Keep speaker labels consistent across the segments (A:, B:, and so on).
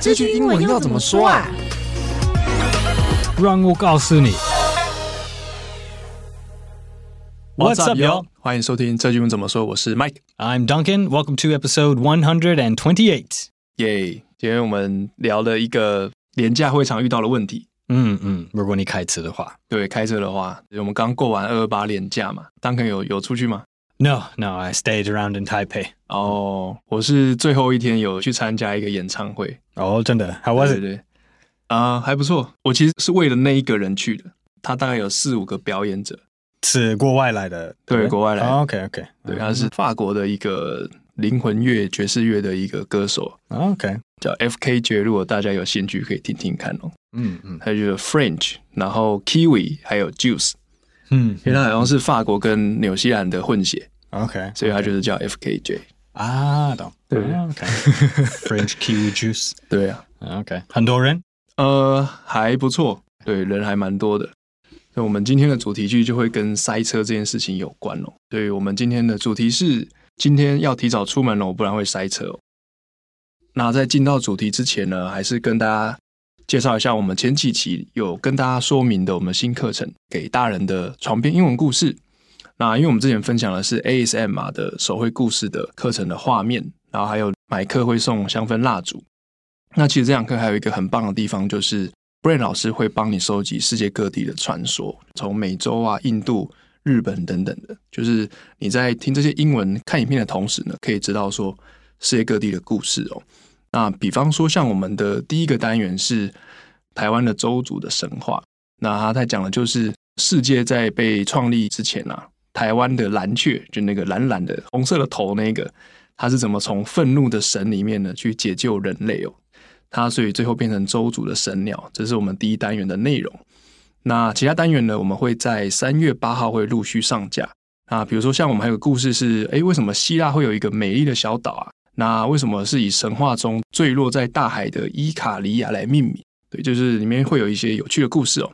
A: 这句英文要怎么说啊？
B: 让我告诉你。
C: What's up,
B: yo?
C: yo？欢迎收听这句文怎么说，我是 Mike。
B: I'm Duncan. Welcome to episode 128.
C: 耶、今天我们聊了一个廉价会常遇到的问题。
B: 嗯嗯，如果你开车的话
C: 对，开车的话，我们刚过完二二八廉价嘛，当肯有有出去吗？
B: ，No, no, I stayed around in Taipei.
C: 哦，我是最后一天有去参加一个演唱会，
B: 哦，真的，How Oh, was
C: 对
B: it？
C: 对对啊、还不错。我其实是为了那一个人去的，他大概有四五个表演者，
B: 是国外来的，
C: 对
B: 不
C: 国外来的
B: OK OK，
C: 对，他是法国的一个灵魂乐、爵士乐的一个歌手，
B: OK，
C: 叫 F.K.J。如果大家有兴趣，可以听听看哦。
B: 嗯嗯
C: 他就是 French，然后 Kiwi 还有 Juice，
B: 嗯
C: 因为他好像是法国跟纽西兰的混血，
B: ，OK，
C: 所以他就是叫 F.K.J。
B: 啊，懂，
C: 对
B: ，OK，French kiwi juice。
C: 对啊，
B: OK，很多人，
C: 呃，还不错，对，人还蛮多的。那我们今天的主题剧就会跟塞车这件事情有关哦。所以我们今天的主题是今天要提早出门哦，不然会塞车哦。那在进到主题之前呢，还是跟大家介绍一下我们前几期有跟大家说明的我们新课程给大人的床边英文故事。那因为我们之前分享的是 ASM r 的手绘故事的课程的画面，然后还有买课会送香氛蜡烛。那其实这堂课还有一个很棒的地方，就是 Brain 老师会帮你收集世界各地的传说，从美洲啊、印度、日本等等的。就是你在听这些英文、看影片的同时呢，可以知道说世界各地的故事哦。那比方说，像我们的第一个单元是台湾的周族的神话，那他在讲的就是世界在被创立之前啊，台湾的蓝雀，就那个蓝蓝的红色的头那个，它是怎么从愤怒的神里面呢去解救人类哦。它所以最后变成周族的神鸟，这是我们第一单元的内容。那其他单元呢，我们会在三月八号会陆续上架。啊，比如说像我们还有个故事是，诶，为什么希腊会有一个美丽的小岛啊？那为什么是以神话中坠落在大海的伊卡利亚来命名？对，就是里面会有一些有趣的故事哦。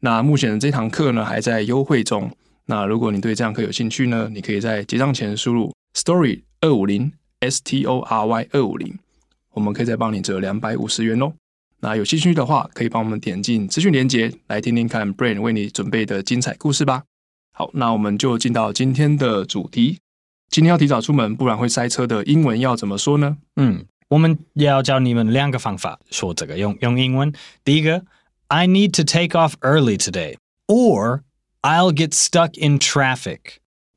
C: 那目前的这堂课呢还在优惠中，那如果你对这堂课有兴趣呢，你可以在结账前输入 story 二五零 s t o r y 二五零，我们可以再帮你折两百五十元哦。那有兴趣的话，可以帮我们点进资讯连结来听听看 Brain 为你准备的精彩故事吧。好，那我们就进到今天的主题。今天要提早出门，不然会塞车的英文要怎么说呢？
B: 嗯，我们要教你们两个方法说这个，用用英文。第一个，I need to take off early today, or I'll get stuck in traffic。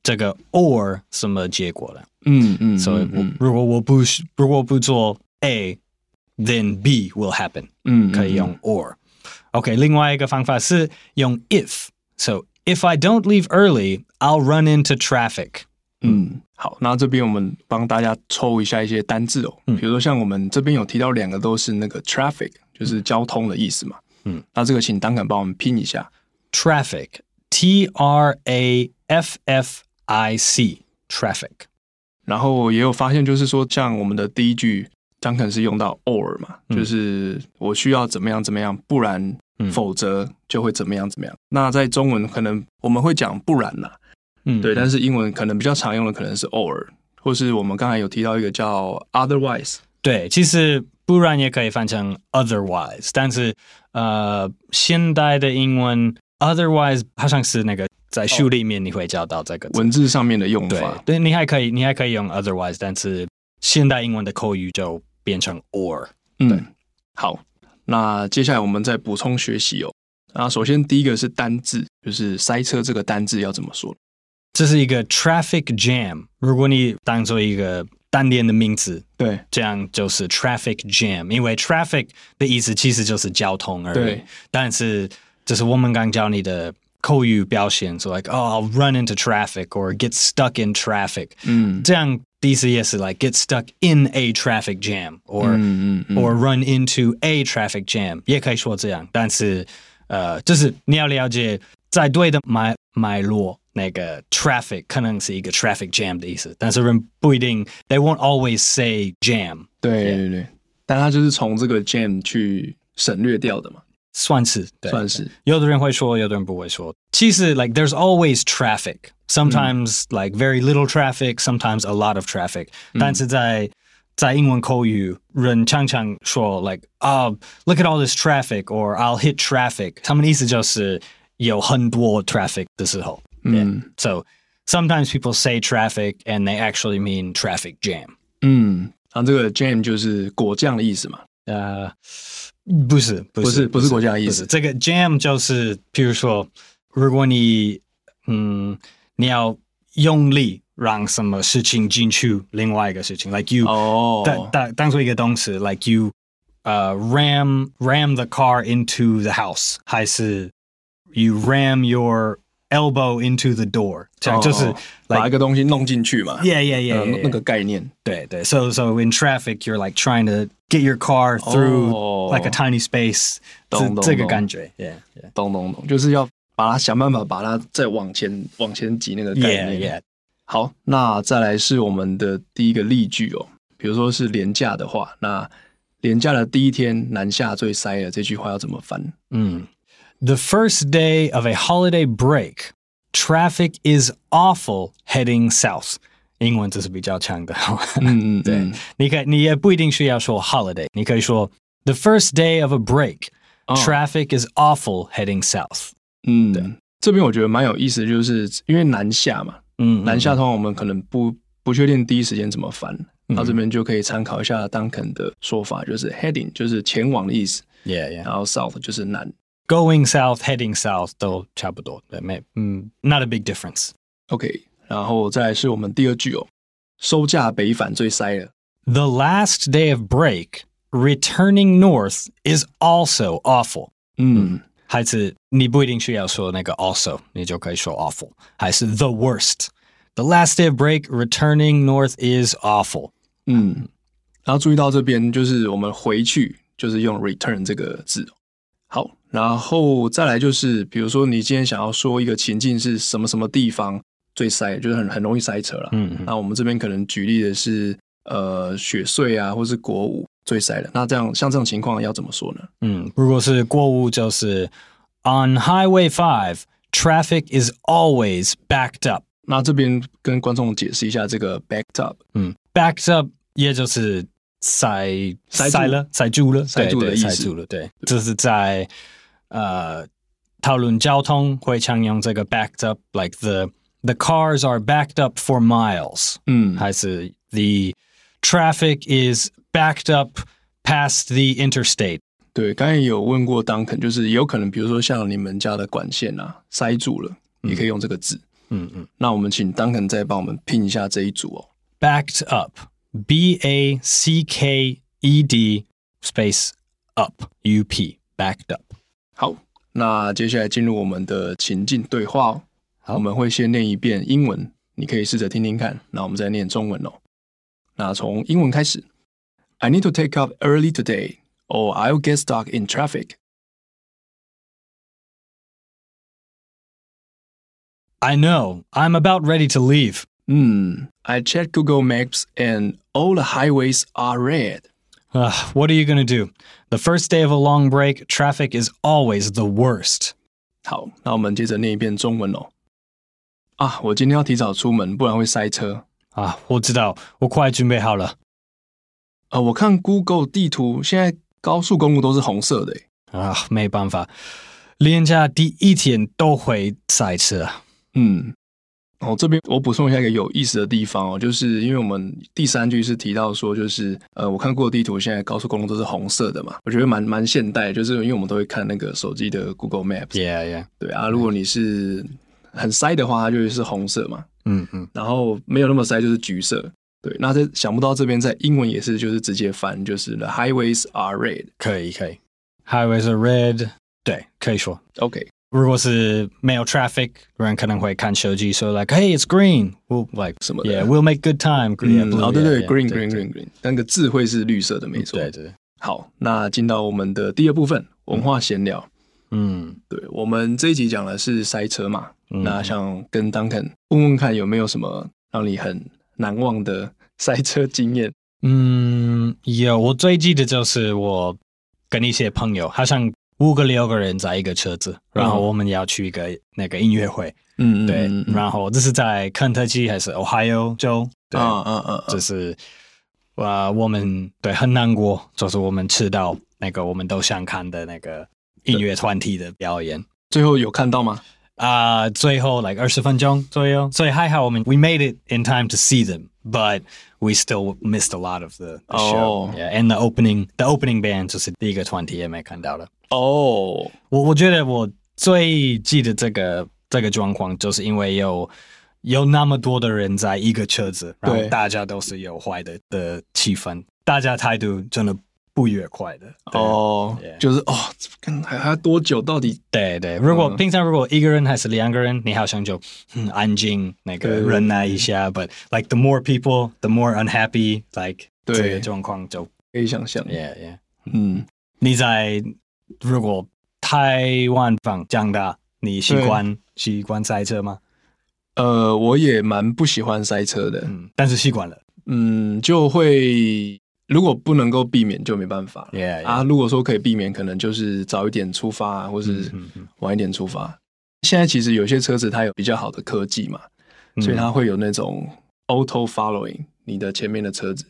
B: 这个 or 什么结果了？
C: 嗯嗯，
B: 所以我
C: 嗯
B: 如果我不如果不做 A，then B will happen。
C: 嗯
B: 可以用 or。OK，另外一个方法是用 if。So if I don't leave early, I'll run into traffic。
C: 嗯，好，那这边我们帮大家抽一下一些单字哦，
B: 嗯
C: 比如说像我们这边有提到两个都是那个 traffic，就是交通的意思嘛。
B: 嗯，
C: 那这个请当敢帮我们拼一下。
B: Traffic, T R A F F I C, traffic。
C: 然后我也有发现，就是说，像我们的第一句，张肯是用到 or 嘛，
B: 嗯
C: 就是我需要怎么样怎么样，不然
B: 嗯
C: 否则就会怎么样怎么样。那在中文可能我们会讲不然啦，
B: 嗯，
C: 对，但是英文可能比较常用的可能是 or，或是我们刚才有提到一个叫 otherwise，
B: 对，其实不然也可以翻成 otherwise，但是呃，现代的英文 otherwise 好像是那个在书里面你会教到这个字。
C: 哦文字上面的用
B: 对
C: 法。
B: 对，你还可以你还可以用 otherwise，但是现代英文的口语就变成 or。
C: 嗯，好，那接下来我们再补充学习哦。啊，首先第一个是单字，就是塞车这个单字要怎么说？
B: 这是一个 traffic jam。如果你当做一个单点的名词，
C: 对
B: 这样就是 traffic jam。因为 traffic 的意思其实就是交通而已
C: 对。
B: 但是这是我们刚教你的口语表现，so like oh I'll run into traffic or get stuck in traffic。
C: 嗯
B: 这样的意思也是 like get stuck in a traffic jam or、
C: 嗯嗯嗯，
B: or run into a traffic jam，也可以说这样，但是呃，就是你要了解在对的脉脉络，那个 traffic 可能是一个 traffic jam 的意思，但是人不一定，they won't always say jam，
C: 对对对，但它就是从这个 jam 去省略掉的嘛，
B: 算是对，
C: 算是
B: 有的人会说，有的人不会说。其实，like there's always
C: Mm.
B: traffic. Sometimes like very little traffic. Sometimes a lot of traffic. 但是在在英文口语，人常常说 like 啊、look at all this traffic or I'll hit traffic，他们的意思就是有很多 traffic 的时候。
C: 嗯
B: So sometimes people say traffic and they actually mean traffic jam.
C: 嗯，然后这个 jam 就是果酱的意思嘛，
B: 呃，Uh, 不是，不
C: 不是
B: 是，
C: 不是国家的意
B: 不
C: 思
B: 是这个 jam 就是，譬如说，如果你嗯，你要用力让什么事情进去另外一个事情，like you
C: 哦
B: 当当当做一个动词，like you 呃、ram ram the car into the house，还是 you ram your elbow into the door，这样就是、
C: 哦把一个东西弄进去嘛，
B: yeah yeah yeah,
C: 呃
B: yeah,
C: 那
B: yeah.
C: 那个概念，
B: 对对，so so in traffic you're like trying to get your car through
C: Oh.
B: like a tiny space，
C: 懂，懂，懂。
B: 这这个感觉，yeah
C: 懂懂懂，就是要把它想办法把它再往前往前挤那个概
B: yeah
C: 念。
B: yeah
C: 好，那再来是我们的第一个例句哦，比如说是廉价的话，那廉价的第一天南下最塞了这句话要怎么翻？
B: Hmm. The first day of a holiday break, traffic is awful heading south. 英文这是比较强的。
C: 嗯，
B: 对，你可你也不一定需要说 holiday，你可以说 the first day of a break,
C: 哦
B: traffic is awful heading south。
C: 嗯，对。这边我觉得蛮有意思，就是因为南下嘛，
B: 嗯，
C: 南下通常我们可能不不确定第一时间怎么翻，那、这边就可以参考一下当肯的说法，就是 heading 就是前往的意思，
B: yeah yeah。
C: 然后 south 就是南。
B: going south, heading south mm, 都差不多。对，没，嗯，not a big difference.
C: OK，然后再来是我们第二句哦，收价北返最塞了。
B: The last day of break, returning north is also awful.
C: 嗯，
B: 还是你不一定需要说那个 also，你就可以说 awful，还是 the worst. The last day of break, returning north is awful.
C: 嗯，然后注意到这边就是我们回去就是用 return 这个字哦。好，然后再来就是，比如说你今天想要说一个情境是什么什么地方最塞，就是很很容易塞车
B: 嗯
C: 了。那我们这边可能举例的是呃雪穗啊，或是国五最塞了。那这样像这种情况要怎么说呢？
B: 嗯嗯，如果是过路就是 on Highway Five, traffic is always backed up.
C: 那这边跟观众解释一下这个 backed up，
B: 嗯，backed up 也就是塞
C: 塞住
B: 塞了塞住了
C: 塞住的
B: 对对
C: 意思
B: 塞住了，对，这是在呃讨论交通会常用这个 backed up，like the the cars are backed up for miles，、
C: 嗯，
B: 还是 Uh, the traffic is backed up past the interstate。
C: 对，刚才有问过 Duncan，就是有可能，比如说像你们家的管线啊塞住了，也可以用这个字。
B: 嗯嗯
C: 那我们请 Duncan 再帮我们拼一下这一组哦。
B: ，backed up，b a c k e d space up u p backed up。
C: 好，那接下来进入我们的情境对话哦。
B: 好
C: 我们会先念一遍英文，你可以试着听听看。那我们再念中文哦。那从英文开始，I need to take up early today, or I'll get stuck in traffic.
B: I know. I'm about ready to leave.
C: Hmm. I checked Google Maps, and all the highways are red.
B: Ugh, what are you going to do? The first day of a long break, traffic is always the worst.
C: 好，那我们接着念一遍中文哦。啊，我今天要提早出门，不然会塞车。
B: Ah, 啊，我知道，我快准备好了。
C: 呃，我看 Google 地图，现在高速公路都是红色的耶。欸
B: 啊，没办法，连假第一天都会塞车。
C: 嗯，哦，这边我补充一下一个有意思的地方哦，就是因为我们第三句是提到说，就是呃，我看过地图，现在高速公路都是红色的嘛，我觉得蛮蛮现代的，就是因为我们都会看那个手机的 Google Maps，
B: Yeah, yeah.
C: 对啊，如果你是很塞的话，它就会是红色嘛，
B: 嗯嗯，
C: 然后没有那么塞就是橘色。对，那这想不到这边在英文也是，就是直接翻，就是 The highways are red。
B: 可以可以。Highways are red. 对，可以说。
C: OK，
B: 如果是没有 traffic，人可能会看手机，so like, hey, it's green. We'll like
C: 什么的。
B: Yeah, we'll make good time. Green,
C: 嗯，
B: blue,
C: 哦，对
B: yeah,
C: 对嗯
B: yeah,
C: ，green
B: 对，
C: green green green，那个字会是绿色的，没错。好，那进到我们的第二部分，文化闲聊。
B: 对，对，嗯，嗯，
C: 对我们这一集讲的是塞车嘛，那想跟 Duncan 问问看有没有什么让你很难忘的塞车经验？
B: 嗯，有。我最记得就是我跟一些朋友，好像五个六个人在一个车子，然后我们要去一个那个音乐会，
C: 嗯
B: 对。
C: 嗯嗯啊
B: 然后这是在肯特基还是 Ohio 州？对，
C: 嗯嗯嗯，
B: 就是啊、我们对很难过，就是我们吃到那个我们都想看的那个音乐团体的表演
C: 最后有看到吗？
B: 啊、最后 like 二十分钟左右，所以还好我们 we made it in time to see them, but we still missed a lot of the, the show.
C: 哦
B: Yeah, and the opening the opening band 就是第一个团体也没看到的。
C: 哦，
B: 我我觉得我最记得这个这个状况，就是因为有有那么多的人在一个车子，然后
C: 对
B: 大家都是有坏的的气氛，大家态度真的不愉快的。对
C: 哦
B: Yeah，
C: 就是哦，看还还要多久？到底
B: 对对，如果、
C: 嗯
B: 平常如果一个人还是两个人，你好像就嗯安静那个
C: 对对
B: 忍耐一下，but like the more people, the more unhappy like
C: 对
B: 这个状况就
C: 可以想象？
B: yeah yeah。
C: 嗯，
B: 你在如果台湾放长大，你习惯习惯塞车吗？
C: 呃，我也蛮不喜欢塞车的，
B: 嗯，但是习惯了。
C: 嗯，就会如果不能够避免就没办法了
B: Yeah, yeah.
C: 啊。如果说可以避免，可能就是早一点出发啊，或是
B: 嗯嗯
C: 晚一点出发。现在其实有些车子它有比较好的科技嘛，
B: 嗯
C: 所以它会有那种 auto following 你的前面的车子。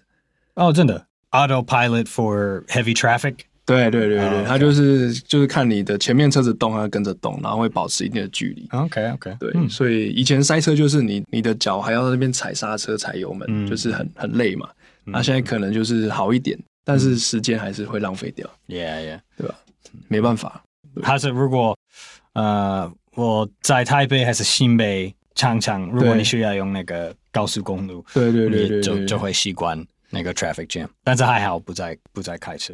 B: 哦，真的 autopilot for heavy traffic。
C: 对对对
B: 哦
C: 啊对，
B: ，OK
C: 它就是就是看你的前面车子动，它跟着动，然后会保持一定的距离。
B: OK OK，
C: 对，所以以前塞车就是你你的脚还要在那边踩刹车、踩油门，
B: 嗯
C: 就是很很累嘛。啊
B: 嗯
C: 那、现在可能就是好一点，但是时间还是会浪费掉，
B: ，Yeah
C: 对吧？
B: 嗯
C: 没办法，
B: Yeah，还是如果呃我在台北还是新北常常，如果
C: 对
B: 你需要用那个高速公路，
C: 对对对对
B: 你就
C: 对
B: 就会习惯那个 traffic jam，但是还好不在不在开车，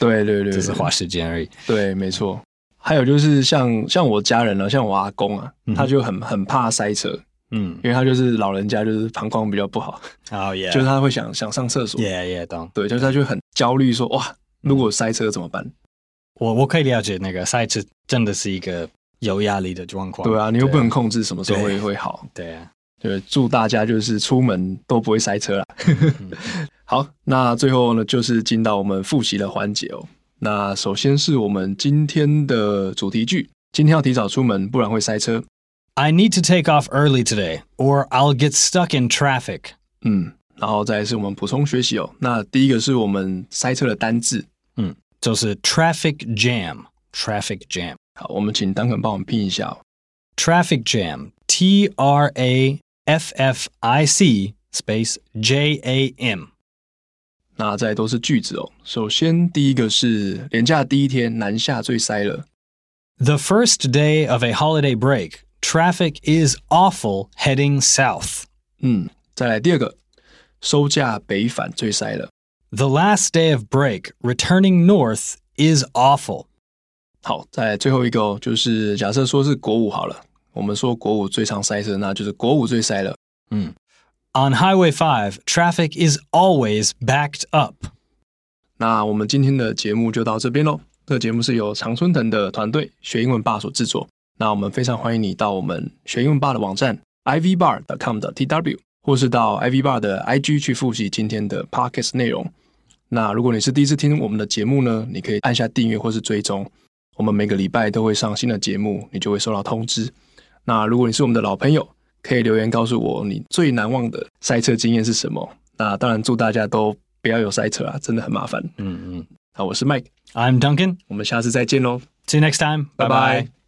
C: 对对对，
B: 只是
C: 对
B: 花时间而已。
C: 对，没错。还有就是像像我家人呢、像我阿公啊，
B: 嗯哼
C: 他就很很怕塞车，
B: 嗯，
C: 因为他就是老人家，就是膀胱比较不好，
B: 哦 Yeah，
C: 就是他会想想上厕所，
B: Yeah Yeah，懂。
C: 对，就是他就很焦虑说，哇，如果塞车怎么办？
B: 我我可以了解那个赛制真的是一个有压力的状况。
C: 对啊，你又不能控制什么时候
B: 对
C: 会会好。
B: 对啊，
C: 对，祝大家就是出门都不会塞车啦。
B: 嗯
C: 好，那最后呢，就是进到我们复习的环节哦。那首先是我们今天的主题句，今天要提早出门，不然会塞车。
B: I need to take off early today, or I'll get stuck in traffic.
C: 嗯，然后再来是我们补充学习哦。那第一个是我们塞车的单字，
B: 嗯，就是 traffic jam, traffic jam,
C: 好，我们请丹肯帮我们拼一下、哦。
B: traffic jam. T R A F F I C space J A M.
C: 那再来都是句子哦。首先第一个是连假第一天，南下最塞了。
B: The first day of a holiday break, traffic is awful heading south.
C: 嗯，再来第二个，收假北返最塞了。
B: The last day of break, returning north, is awful.
C: 好，再来最后一个哦，就是假设说是国五好了，我们说国五最常塞车，那就是国五最塞了。
B: On Highway 5, traffic is always backed up.
C: 那我们今天的节目就到这边喽。这个节目是由常春藤的团队学英文吧所制作。那我们非常欢迎你到我们学英文吧的网站 ivbar.com 的 tw，或是到 ivbar 的 IG 去复习今天的 podcast 内容。那如果你是第一次听我们的节目呢，你可以按下订阅或是追踪。我们每个礼拜都会上新的节目，你就会收到通知。那如果你是我们的老朋友，可以留言告诉我你最难忘的塞车经验是什么。那当然，祝大家都不要有塞车啊，真的很麻烦。
B: Mm-mm.
C: 嗯好，我是 Mike，
B: I'm Duncan.
C: 我们下次再见喽，
B: See you next time.
C: 拜拜。
B: Bye bye.